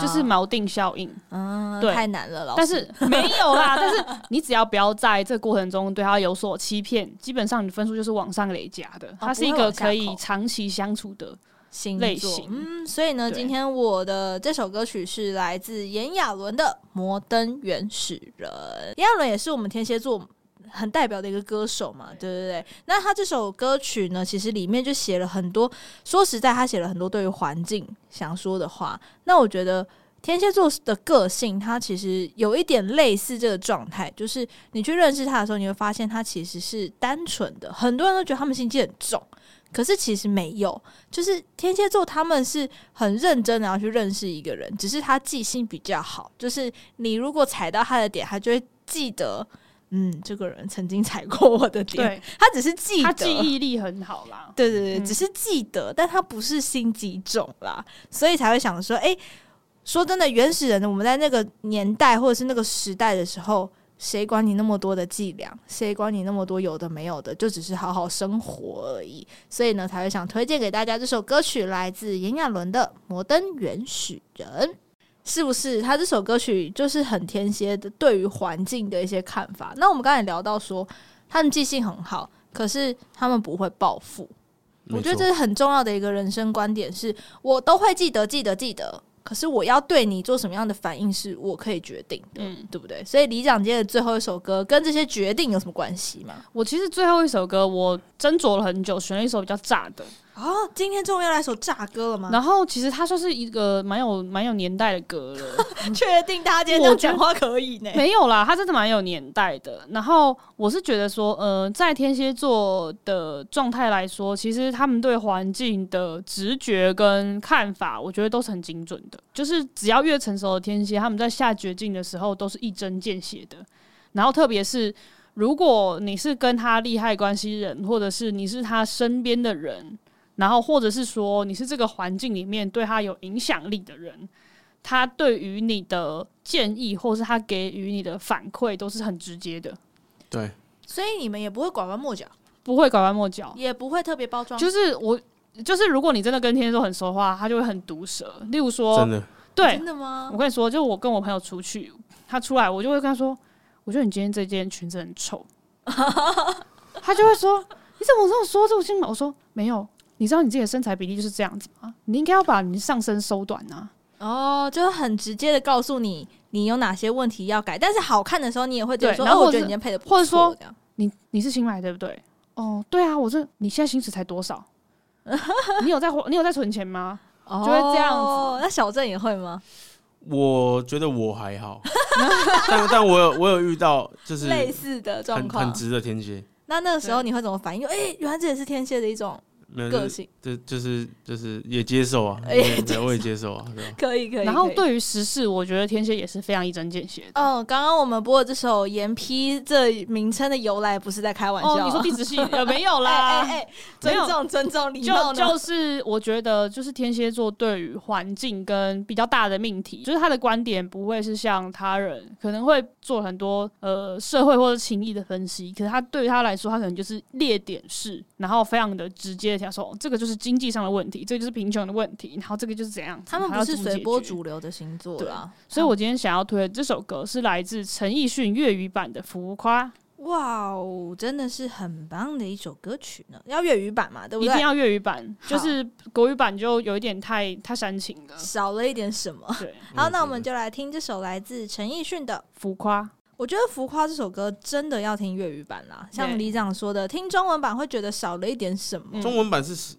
Speaker 2: 就是
Speaker 1: 嘛，
Speaker 2: 锚定效应。
Speaker 1: 嗯，
Speaker 2: 对
Speaker 1: 太难了，老师。
Speaker 2: 但是 没有啦，但是你只要不要在这个过程中对他有所欺骗，基本上你的分数就是往上累加的。它是一个可以长期相处的。
Speaker 1: 星
Speaker 2: 类
Speaker 1: 座
Speaker 2: 型
Speaker 1: 嗯，所以呢，
Speaker 2: 对
Speaker 1: 今天我的这首歌曲是来自炎亚纶的《摩登原始人》。炎亚纶也是我们天蝎座很代表的一个歌手嘛，对对对。那他这首歌曲呢，其实里面就写了很多，说实在，他写了很多对于环境想说的话。那我觉得。天蝎座的个性，它其实有一点类似这个状态，就是你去认识他的时候，你会发现他其实是单纯的。很多人都觉得他们心机很重，可是其实没有，就是天蝎座他们是很认真的要去认识一个人，只是他记性比较好，就是你如果踩到他的点，他就会记得，嗯，这个人曾经踩过我的点，
Speaker 2: 对，
Speaker 1: 他只是记
Speaker 2: 他
Speaker 1: 得，
Speaker 2: 记忆力很好啦。
Speaker 1: 对对对，
Speaker 2: 嗯
Speaker 1: 只是记得，但他不是心机重啦，所以才会想说，诶，说真的，原始人我们在那个年代或者是那个时代的时候，谁管你那么多的伎俩，谁管你那么多有的没有的，就只是好好生活而已。所以呢，才会想推荐给大家这首歌曲，来自炎亚纶的《摩登原始人》。是不是他这首歌曲就是很天蝎的对于环境的一些看法？那我们刚才聊到说，他们记性很好，可是他们不会报复，我
Speaker 3: 没
Speaker 1: 觉得
Speaker 3: 错
Speaker 1: 这是很重要的一个人生观点是，我都会记得、记得、记得。可是我要对你做什么样的反应，是我可以决定的，
Speaker 2: 嗯
Speaker 1: 对不对？所以李长街的最后一首歌跟这些决定有什么关系吗？
Speaker 2: 我其实最后一首歌我斟酌了很久，选了一首比较炸的。
Speaker 1: 哦，今天终于要来首炸歌了吗？
Speaker 2: 然后其实它算是一个蛮有蛮有年代的歌了，
Speaker 1: 确定大家今天这样讲话可以呢？
Speaker 2: 没有啦，它真的蛮有年代的。然后我是觉得说，呃，在天蝎座的状态来说，其实他们对环境的直觉跟看法，我觉得都是很精准的。就是只要越成熟的天蝎，他们在下决定的时候都是一针见血的。然后特别是如果你是跟他利害关系人，或者是你是他身边的人，然后或者是说你是这个环境里面对他有影响力的人，他对于你的建议或是他给予你的反馈都是很直接的，
Speaker 3: 对，
Speaker 1: 所以你们也不会拐弯抹角，
Speaker 2: 不会拐弯抹角。
Speaker 1: 也不会特别包装，哦
Speaker 2: 就是我，就是如果你真的跟天蝎座很熟的话，他就会很毒舌。例如
Speaker 3: 真
Speaker 2: 说，
Speaker 3: 的
Speaker 2: 对
Speaker 1: 真的吗
Speaker 2: 我？跟你说，就我跟我朋友出去，他出来我就会跟他说，我觉得你今天这件裙子很丑， 他就会说你怎么这么说这种心我说没有，你知道你自己的身材比例就是这样子吗？你应该要把你上身收短啊。
Speaker 1: 哦，就是很直接的告诉你你有哪些问题要改，但是好看的时候你也会觉得
Speaker 2: 对
Speaker 1: 说，
Speaker 2: 然
Speaker 1: 哦，
Speaker 2: 后
Speaker 1: 我
Speaker 2: 或
Speaker 1: 觉
Speaker 2: 者
Speaker 1: 得你今天配的不
Speaker 2: 或者说
Speaker 1: 错这样
Speaker 2: 你你是新来对不对？哦，对啊，我这你现在薪水才多 少？你有在花你有在存钱吗？
Speaker 1: 就
Speaker 2: 会这样子
Speaker 1: 哦那小郑也会吗？
Speaker 3: 我觉得我还好， 但但我有我有遇到就是
Speaker 1: 类似的状
Speaker 3: 很很
Speaker 1: 况。
Speaker 3: 直的天蝎，
Speaker 1: 那那个时候你会怎么反应？哎、原来这也是天蝎的一种
Speaker 3: 没有
Speaker 1: 个
Speaker 3: 就是
Speaker 1: 性，
Speaker 3: 就就是就是也接 受啊，
Speaker 1: 哎
Speaker 3: 我也对我也接受啊，对吧？
Speaker 1: 可以可以。
Speaker 2: 然后
Speaker 1: 可以，
Speaker 2: 对于时事，我觉得天蝎也是非常一针见血的。
Speaker 1: 嗯，刚刚我们播的这首《严批》这名称的由来不是在开玩笑、
Speaker 2: 哦，你说地址系呃没 有
Speaker 1: 哎哎
Speaker 2: 啦，
Speaker 1: 哎，尊重尊重礼
Speaker 2: 就
Speaker 1: 貌呢
Speaker 2: 就是我觉得就是天蝎座对于环境跟比较大的命题， 就是他的观点不会是像他人可能会做很多呃社会或者情谊的分析，可是他对于他来说，他可能就是列点式，然后非常的直接的讲说、哦，这个就是经济上的问题，这个就是贫穷的问题，然后这个就是怎样，
Speaker 1: 他们
Speaker 2: 然
Speaker 1: 不
Speaker 2: 后要
Speaker 1: 是
Speaker 2: 怎么
Speaker 1: 随波
Speaker 2: 解决。
Speaker 1: 逐流的星座啦。
Speaker 2: 所以我今天想要推的这首歌是来自陈奕迅粤语版的《浮夸》，
Speaker 1: 哇哦，真的是很棒的一首歌曲呢，要粤语版嘛，对不
Speaker 2: 一定
Speaker 1: 对？
Speaker 2: 要粤语版，
Speaker 1: 好
Speaker 2: 就是国语版就有一点太太煽情了。
Speaker 1: 少了一点什么。
Speaker 2: 嗯对，《
Speaker 1: 好，那我们就来听这首来自陈奕迅的
Speaker 2: 浮夸》。
Speaker 1: 我觉得《浮夸》这首歌真的要听粤语版啦，像
Speaker 2: 对
Speaker 1: 李长说的，听中文版会觉得少了一点什么。
Speaker 2: 嗯
Speaker 3: 中文版是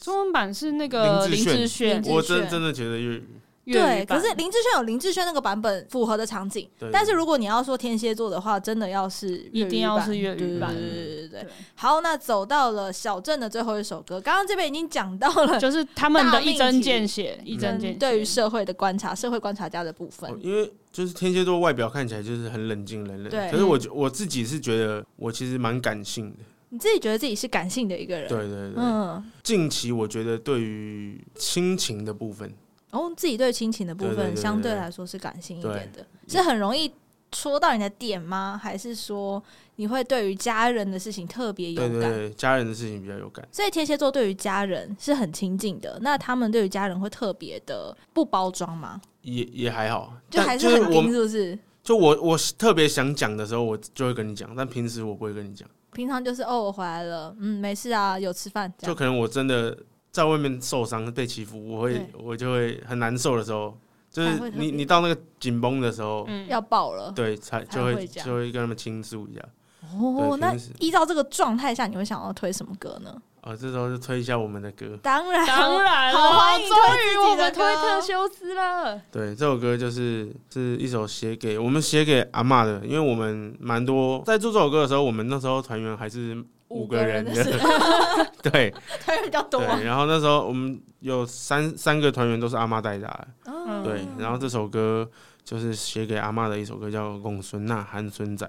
Speaker 2: 中文版是那个
Speaker 3: 林
Speaker 2: 林
Speaker 3: 志
Speaker 2: 志
Speaker 1: 林
Speaker 2: 炫
Speaker 1: 志，
Speaker 3: 我真
Speaker 1: 炫
Speaker 3: 真的觉得粤语
Speaker 2: 粤
Speaker 1: 对，
Speaker 2: 语
Speaker 1: 可
Speaker 2: 版
Speaker 1: 是林志炫有林志炫那个版本符合的场景
Speaker 3: 对，
Speaker 1: 但是如果你要说天蝎座的话，真的要是粤语版
Speaker 2: 一定要是粤语版
Speaker 1: 对对对对对对
Speaker 2: 对。
Speaker 1: 好，那走到了小镇的最后一首歌，刚刚这边已经讲到了
Speaker 2: 就是他们
Speaker 1: 大
Speaker 2: 的
Speaker 1: 命
Speaker 2: 一针见血，一针见
Speaker 1: 嗯
Speaker 2: 血。
Speaker 1: 对于社会的观察，社会观察家的部分
Speaker 3: 哦，。因为就是天蝎座外表看起来就是很冷静冷
Speaker 1: 对
Speaker 3: 冷，可是我觉我自己是觉得我其实蛮感性的，
Speaker 1: 你自己觉得自己是感性的一个人，
Speaker 3: 对对对。
Speaker 1: 嗯，
Speaker 3: 近期我觉得对于亲情的部分，
Speaker 1: 然后哦自己对亲情的部
Speaker 3: 对对对
Speaker 1: 分
Speaker 3: 对
Speaker 1: 相对
Speaker 3: 对
Speaker 1: 来说是感性一
Speaker 3: 对
Speaker 1: 点的，是很容易戳到你的点吗？还是说你会对于家人的事情特别有
Speaker 3: 对
Speaker 1: 感？
Speaker 3: 对对，家人的事情比较有感，
Speaker 1: 所以天蝎座对于家人是很亲近的，那他们对于家人会特别的不包装吗？
Speaker 3: 也也还好，
Speaker 1: 就
Speaker 3: 但
Speaker 1: 还
Speaker 3: 就是
Speaker 1: 很
Speaker 3: 我
Speaker 1: 硬，是不是？
Speaker 3: 就我我特别想讲的时候，我就会跟你讲，但平时我不会跟你讲。
Speaker 1: 平常就是哦，我回来了，嗯，没事啊，有吃饭这
Speaker 3: 就
Speaker 1: 样。
Speaker 3: 可能我真的在外面受伤被欺负，我会
Speaker 2: 对
Speaker 3: 我就会很难受的时候，就
Speaker 1: 才会
Speaker 3: 是
Speaker 1: 特别
Speaker 3: 你你到那个紧绷的时候，
Speaker 2: 嗯，
Speaker 1: 要爆了，
Speaker 3: 对，才
Speaker 1: 才
Speaker 3: 就
Speaker 1: 会
Speaker 3: 会
Speaker 1: 这样
Speaker 3: 就会跟他们倾诉一下。
Speaker 1: 哦，
Speaker 3: 对
Speaker 1: 那
Speaker 3: 平时
Speaker 1: 依照这个状态下，你会想要推什么歌呢？
Speaker 3: 啊、这时候就推一下我们的歌。
Speaker 1: 当然，
Speaker 2: 当然了，
Speaker 1: 好欢迎
Speaker 2: 终
Speaker 1: 推
Speaker 2: 于
Speaker 1: 自
Speaker 2: 我
Speaker 1: 己的
Speaker 2: 们推特
Speaker 1: 歌
Speaker 2: 修斯了。
Speaker 3: 对，这首歌就是是一首写给我们写给阿嬷的，因为我们蛮多在做这首歌的时候，我们那时候团员还是五个人
Speaker 1: 的
Speaker 3: 的，
Speaker 1: 是
Speaker 3: 对
Speaker 1: 推人比较多。啊
Speaker 3: 对。然后那时候我们有三三个团员都是阿嬷带大的，
Speaker 1: 嗯
Speaker 3: 对。然后这首歌就是写给阿嬷的一首歌，叫《公孙呐憨孙仔》。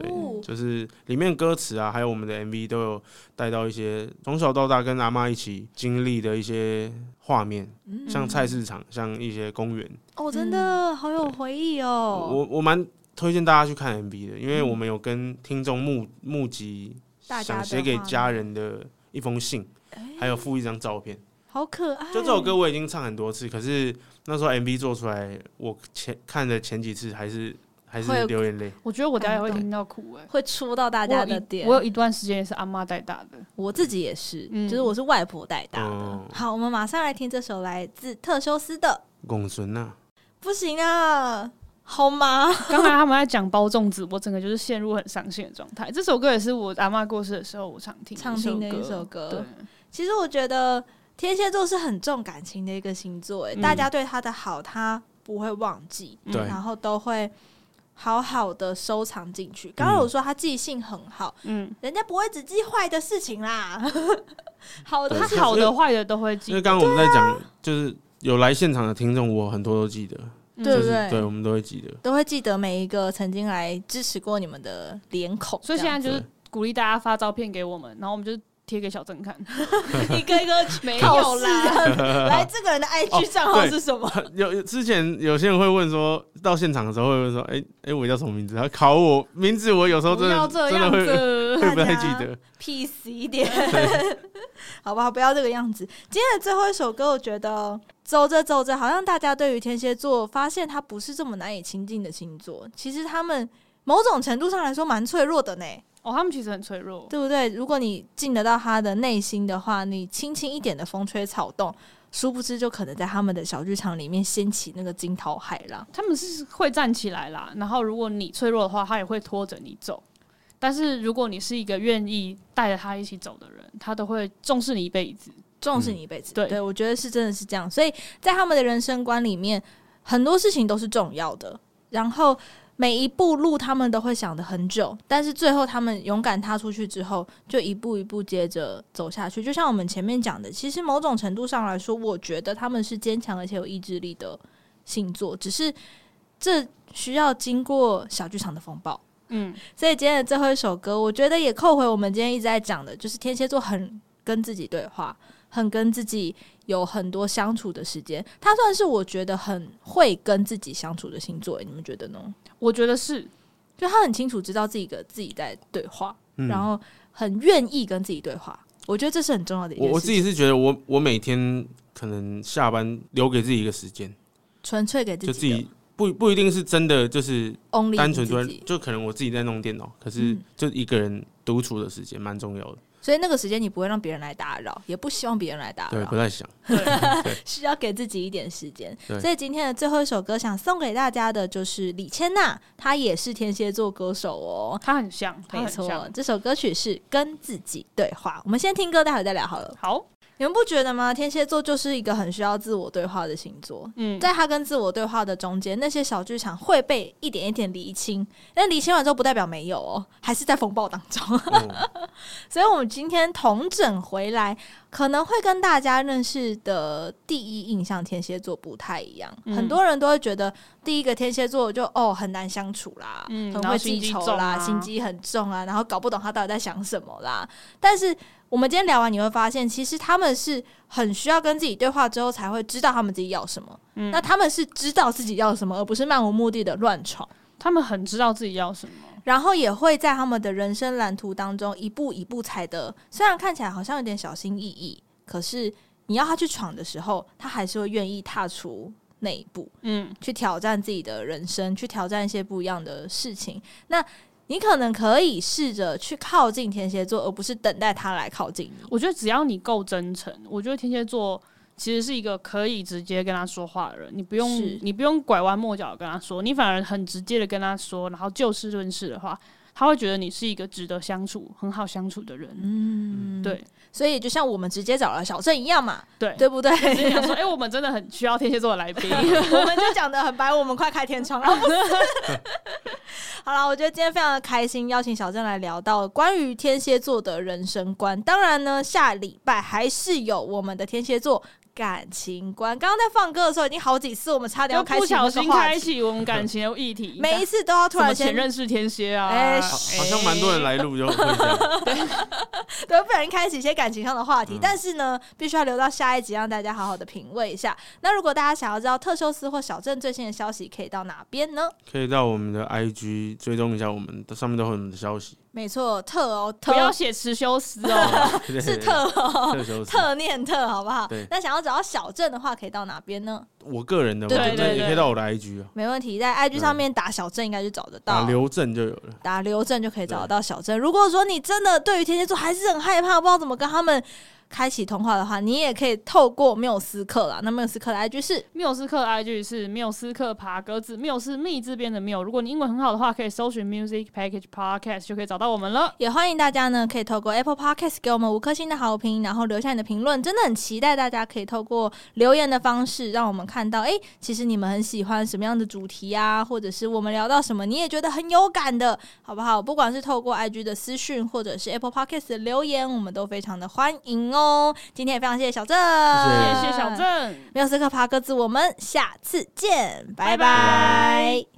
Speaker 3: 对
Speaker 1: 哦，，
Speaker 3: 就是里面歌词啊，还有我们的 MV 都有带到一些从小到大跟阿妈一起经历的一些画面，
Speaker 1: 嗯
Speaker 3: 像菜市场，像一些公园。
Speaker 1: 哦，真的好有回忆哦。
Speaker 3: 我我蛮推荐大家去看 MV 的，因为我们有跟听众
Speaker 1: 嗯
Speaker 3: 募募集
Speaker 1: 大家的
Speaker 3: 想写给
Speaker 1: 画面
Speaker 3: 家人的一封信，还有附一张照片。
Speaker 1: 好可爱，哦
Speaker 3: 就这首歌我已经唱很多次，可是那时候 MV 做出来，我前看的前几次还是还
Speaker 1: 会
Speaker 3: 是
Speaker 1: 有
Speaker 3: 流眼泪。
Speaker 2: 我觉得我等下也会
Speaker 1: 感动
Speaker 2: 听到哭哎、
Speaker 1: 会戳到欸大
Speaker 2: 大
Speaker 1: 家的点。
Speaker 2: 我有一段时间也是阿妈带大的，
Speaker 1: 我自己也是，
Speaker 2: 嗯
Speaker 1: 就是我是外婆带大的。
Speaker 3: 哦
Speaker 1: 好，我们马上来听这首来自特修斯的
Speaker 3: 公孙呐，
Speaker 1: 《不行啊，好吗？
Speaker 2: 刚才他们在讲包粽子，我整个就是陷入很伤心的状态。这首歌也是我阿妈过世的时候我常听
Speaker 1: 常听的一首
Speaker 2: 首
Speaker 1: 歌
Speaker 2: 歌。对，嗯
Speaker 1: 其实我觉得天蝎座是很重感情的一个星座，哎、
Speaker 2: 嗯
Speaker 1: 大家对他的好，他不会忘记，
Speaker 2: 嗯
Speaker 3: 对
Speaker 1: 然后都会好好的收藏进去。刚
Speaker 3: 嗯
Speaker 1: 刚我说他记性很好，
Speaker 2: 嗯，
Speaker 1: 人家不会只记坏的事情啦， 好的
Speaker 3: 对
Speaker 2: 他
Speaker 1: 他
Speaker 2: 好的坏的都会记
Speaker 1: 嗯
Speaker 3: 因为。刚刚我们在讲，就是有来现场的听众，我很多都记得，
Speaker 2: 嗯
Speaker 1: 对
Speaker 3: 就
Speaker 1: 不
Speaker 3: 是
Speaker 1: 对？
Speaker 3: 对我们都会记得。
Speaker 1: 都会记得每一个曾经来支持过你们的脸孔，
Speaker 2: 所以现在就是
Speaker 3: 对
Speaker 2: 鼓励大家发照片给我们，然后我们就贴给小郑看。啊
Speaker 1: 这 样一个一个
Speaker 2: 没
Speaker 1: 考
Speaker 2: 有
Speaker 1: 试
Speaker 2: 啦，
Speaker 1: 的，来这个人的 IG 账号是什么？
Speaker 3: 有有之前有些人会问说，到现场的时候会问说，哎、哎、我叫什么名字？他考我名字，我有时候
Speaker 2: 不
Speaker 3: 真
Speaker 2: 要
Speaker 3: 的
Speaker 2: 这
Speaker 3: 真
Speaker 2: 样
Speaker 3: 的会
Speaker 2: 子。
Speaker 3: 会不太记得。
Speaker 1: 屁死一点， 好不好？不要这个样子。今天的最后一首歌，我觉得走着走着，好像大家对于天蝎座发现他不是这么难以亲近的星座，其实他们某种程度上来说蛮脆弱的呢，
Speaker 2: 哦，他们其实很脆弱。
Speaker 1: 对不对？如果你进得到他的内心的话，你轻轻一点的风吹草动，殊不知就可能在他们的小剧场里面掀起那个惊涛骇浪。
Speaker 2: 他们是会站起来啦，然后如果你脆弱的话，他也会拖着你走。但是如果你是一个愿意带着他一起走的人，他都会重视你一辈子。
Speaker 1: 重视你一辈子。
Speaker 2: 嗯对
Speaker 1: 对，我觉得是真的是这样。所以在他们的人生观里面，很多事情都是重要的。然后每一步路他们都会想的很久，但是最后他们勇敢踏出去之后，就一步一步接着走下去。就像我们前面讲的，其实某种程度上来说，我觉得他们是坚强而且有意志力的星座，只是这需要经过小剧场的风暴。
Speaker 2: 嗯，
Speaker 1: 所以今天的最后一首歌，我觉得也扣回我们今天一直在讲的，就是天蝎座很跟自己对话，很跟自己有很多相处的时间。他算是我觉得很会跟自己相处的星座，你们觉得呢？
Speaker 2: 我觉得是，
Speaker 1: 就他很清楚知道自己跟自己在对话，
Speaker 3: 嗯
Speaker 1: 然后很愿意跟自己对话。我觉得这是很重要的一件
Speaker 3: 我
Speaker 1: 事情。
Speaker 3: 我自己是觉得我，我每天可能下班留给自己一个时间，
Speaker 1: 纯粹给自
Speaker 3: 就
Speaker 1: 己
Speaker 3: 自己不不一定是真的，就是
Speaker 1: 的 only
Speaker 3: 单纯
Speaker 1: 你
Speaker 3: 坐
Speaker 1: 自
Speaker 3: 在
Speaker 1: 己，
Speaker 3: 就可能我自己在弄电脑，可是
Speaker 1: 嗯
Speaker 3: 就一个人独处的时间蛮重要的，
Speaker 1: 所以那个时间你不会让别人来打扰，也不希望别人来打
Speaker 3: 对，
Speaker 1: 扰
Speaker 3: 不。太想。
Speaker 1: 需要给自己一点时间。
Speaker 3: 对
Speaker 1: 所以今天的最后一首歌想送给大家的就是李千娜，她也是天蝎座歌手哦。
Speaker 2: 他很像，他
Speaker 1: 没
Speaker 2: 很
Speaker 1: 错
Speaker 2: 像，。
Speaker 1: 这首歌曲是《跟自己对话》。我们先听歌，待会再聊好了。
Speaker 2: 好，
Speaker 1: 你们不觉得吗？天蝎座就是一个很需要自我对话的星座。
Speaker 2: 嗯，
Speaker 1: 在他跟自我对话的中间，那些小剧场会被一点一点厘清，但厘清完之后不代表没有哦，还是在风暴当中。
Speaker 3: 嗯
Speaker 1: 所以，我们今天同整回来，可能会跟大家认识的第一印象天蝎座不太一样。
Speaker 2: 嗯
Speaker 1: 很多人都会觉得第一个天蝎座就哦很难相处啦，
Speaker 2: 嗯
Speaker 1: 很
Speaker 2: 然
Speaker 1: 会
Speaker 2: 后
Speaker 1: 记
Speaker 2: 心机
Speaker 1: 仇
Speaker 2: 重
Speaker 1: 啦，
Speaker 2: 啊
Speaker 1: 心机很重啊，然后搞不懂他到底在想什么啦。但是我们今天聊完，你会发现，其实他们是很需要跟自己对话之后才会知道他们自己要什么。
Speaker 2: 嗯
Speaker 1: 那他们是知道自己要什么，而不是漫无目的的乱闯。
Speaker 2: 他们很知道自己要什么。
Speaker 1: 然后也会在他们的人生蓝图当中一步一步踩的，虽然看起来好像有点小心翼翼，可是你要他去闯的时候，他还是会愿意踏出那一步，
Speaker 2: 嗯，
Speaker 1: 去挑战自己的人生，去挑战一些不一样的事情。那你可能可以试着去靠近天蝎座，而不是等待他来靠近你。
Speaker 2: 我觉得只要你够真诚，我觉得天蝎座其实是一个可以直接跟他说话的人，你不用
Speaker 1: 是
Speaker 2: 你不用拐弯抹角地跟他说，你反而很直接的跟他说，然后就事论事的话，他会觉得你是一个值得相处、很好相处的人。
Speaker 1: 嗯，
Speaker 2: 对
Speaker 1: 所以就像我们直接找了小郑一样嘛，
Speaker 2: 对，
Speaker 1: 对不对？
Speaker 2: 所以想说，哎、我们真的很需要天蝎座的来宾。
Speaker 1: 我们就讲的很白，我们快开天窗，然后不是。 好了，我觉得今天非常的开心，邀请小郑来聊到关于天蝎座的人生观。当然呢，下礼拜还是有我们的天蝎座感情观。刚刚在放歌的时候，已经好几次我们差点要
Speaker 2: 就
Speaker 1: 开
Speaker 2: 不
Speaker 1: 启
Speaker 2: 小
Speaker 1: 那个
Speaker 2: 心
Speaker 1: 话
Speaker 2: 开
Speaker 1: 题，
Speaker 2: 启我们感情的议题，
Speaker 1: 每一次都要突
Speaker 2: 什么
Speaker 1: 然
Speaker 2: 前
Speaker 1: 先
Speaker 2: 任是天蝎啊，
Speaker 1: 哎
Speaker 3: 好好像蛮多人来录就会 这样，
Speaker 1: 对，不小心开启一些感情上的话 题，
Speaker 3: 嗯
Speaker 1: 但是呢，必须要留到下一集让大家好好的品味一下。那如果大家想要知道特修斯或小郑最新的消息，可以到哪边呢？
Speaker 3: 可以到我们的 IG 追踪一下我们的，上面都会有我们的消息。
Speaker 1: 没错，特哦，
Speaker 2: 不要
Speaker 1: 特
Speaker 2: 写持修斯哦，
Speaker 3: 对
Speaker 1: 是特哦，
Speaker 3: 特休息
Speaker 1: 特念特，好不好
Speaker 3: 对？
Speaker 1: 那想要找到小郑的话，可以到哪边呢？
Speaker 3: 我个人的，我
Speaker 2: 对
Speaker 3: 觉
Speaker 2: 对
Speaker 3: 得也
Speaker 2: 对
Speaker 3: 可以到我的 IG 啊，
Speaker 1: 没问题，在 IG
Speaker 3: 嗯
Speaker 1: 上面打小郑应该就找得
Speaker 3: 打
Speaker 1: 到。
Speaker 3: 刘正就有了。
Speaker 1: 打刘正就可以找得到小郑。如果说你真的对于天蝎座还是很害怕，不知道怎么跟他们开启通话的话，你也可以透过缪斯克啦。那缪斯克的 IG 是
Speaker 2: 缪斯克的 IG 是缪斯克爬格子，缪是密字边的缪。如果你英文很好的话，可以搜寻 Music Package Podcast 就可以找到我们了。
Speaker 1: 也欢迎大家呢，可以透过 Apple Podcast 给我们五颗星的好评，然后留下你的评论。真的很期待大家可以透过留言的方式，让我们看到，哎、其实你们很喜欢什么样的主题啊，或者是我们聊到什么，你也觉得很有感的，好不好？不管是透过 IG 的私讯，或者是 Apple Podcast 的留言，我们都非常的欢迎哦。今天也非常谢谢小郑，
Speaker 3: 谢
Speaker 2: 谢谢小，郑。
Speaker 1: 没有斯克爬格子，我们下次见，拜拜
Speaker 2: 拜拜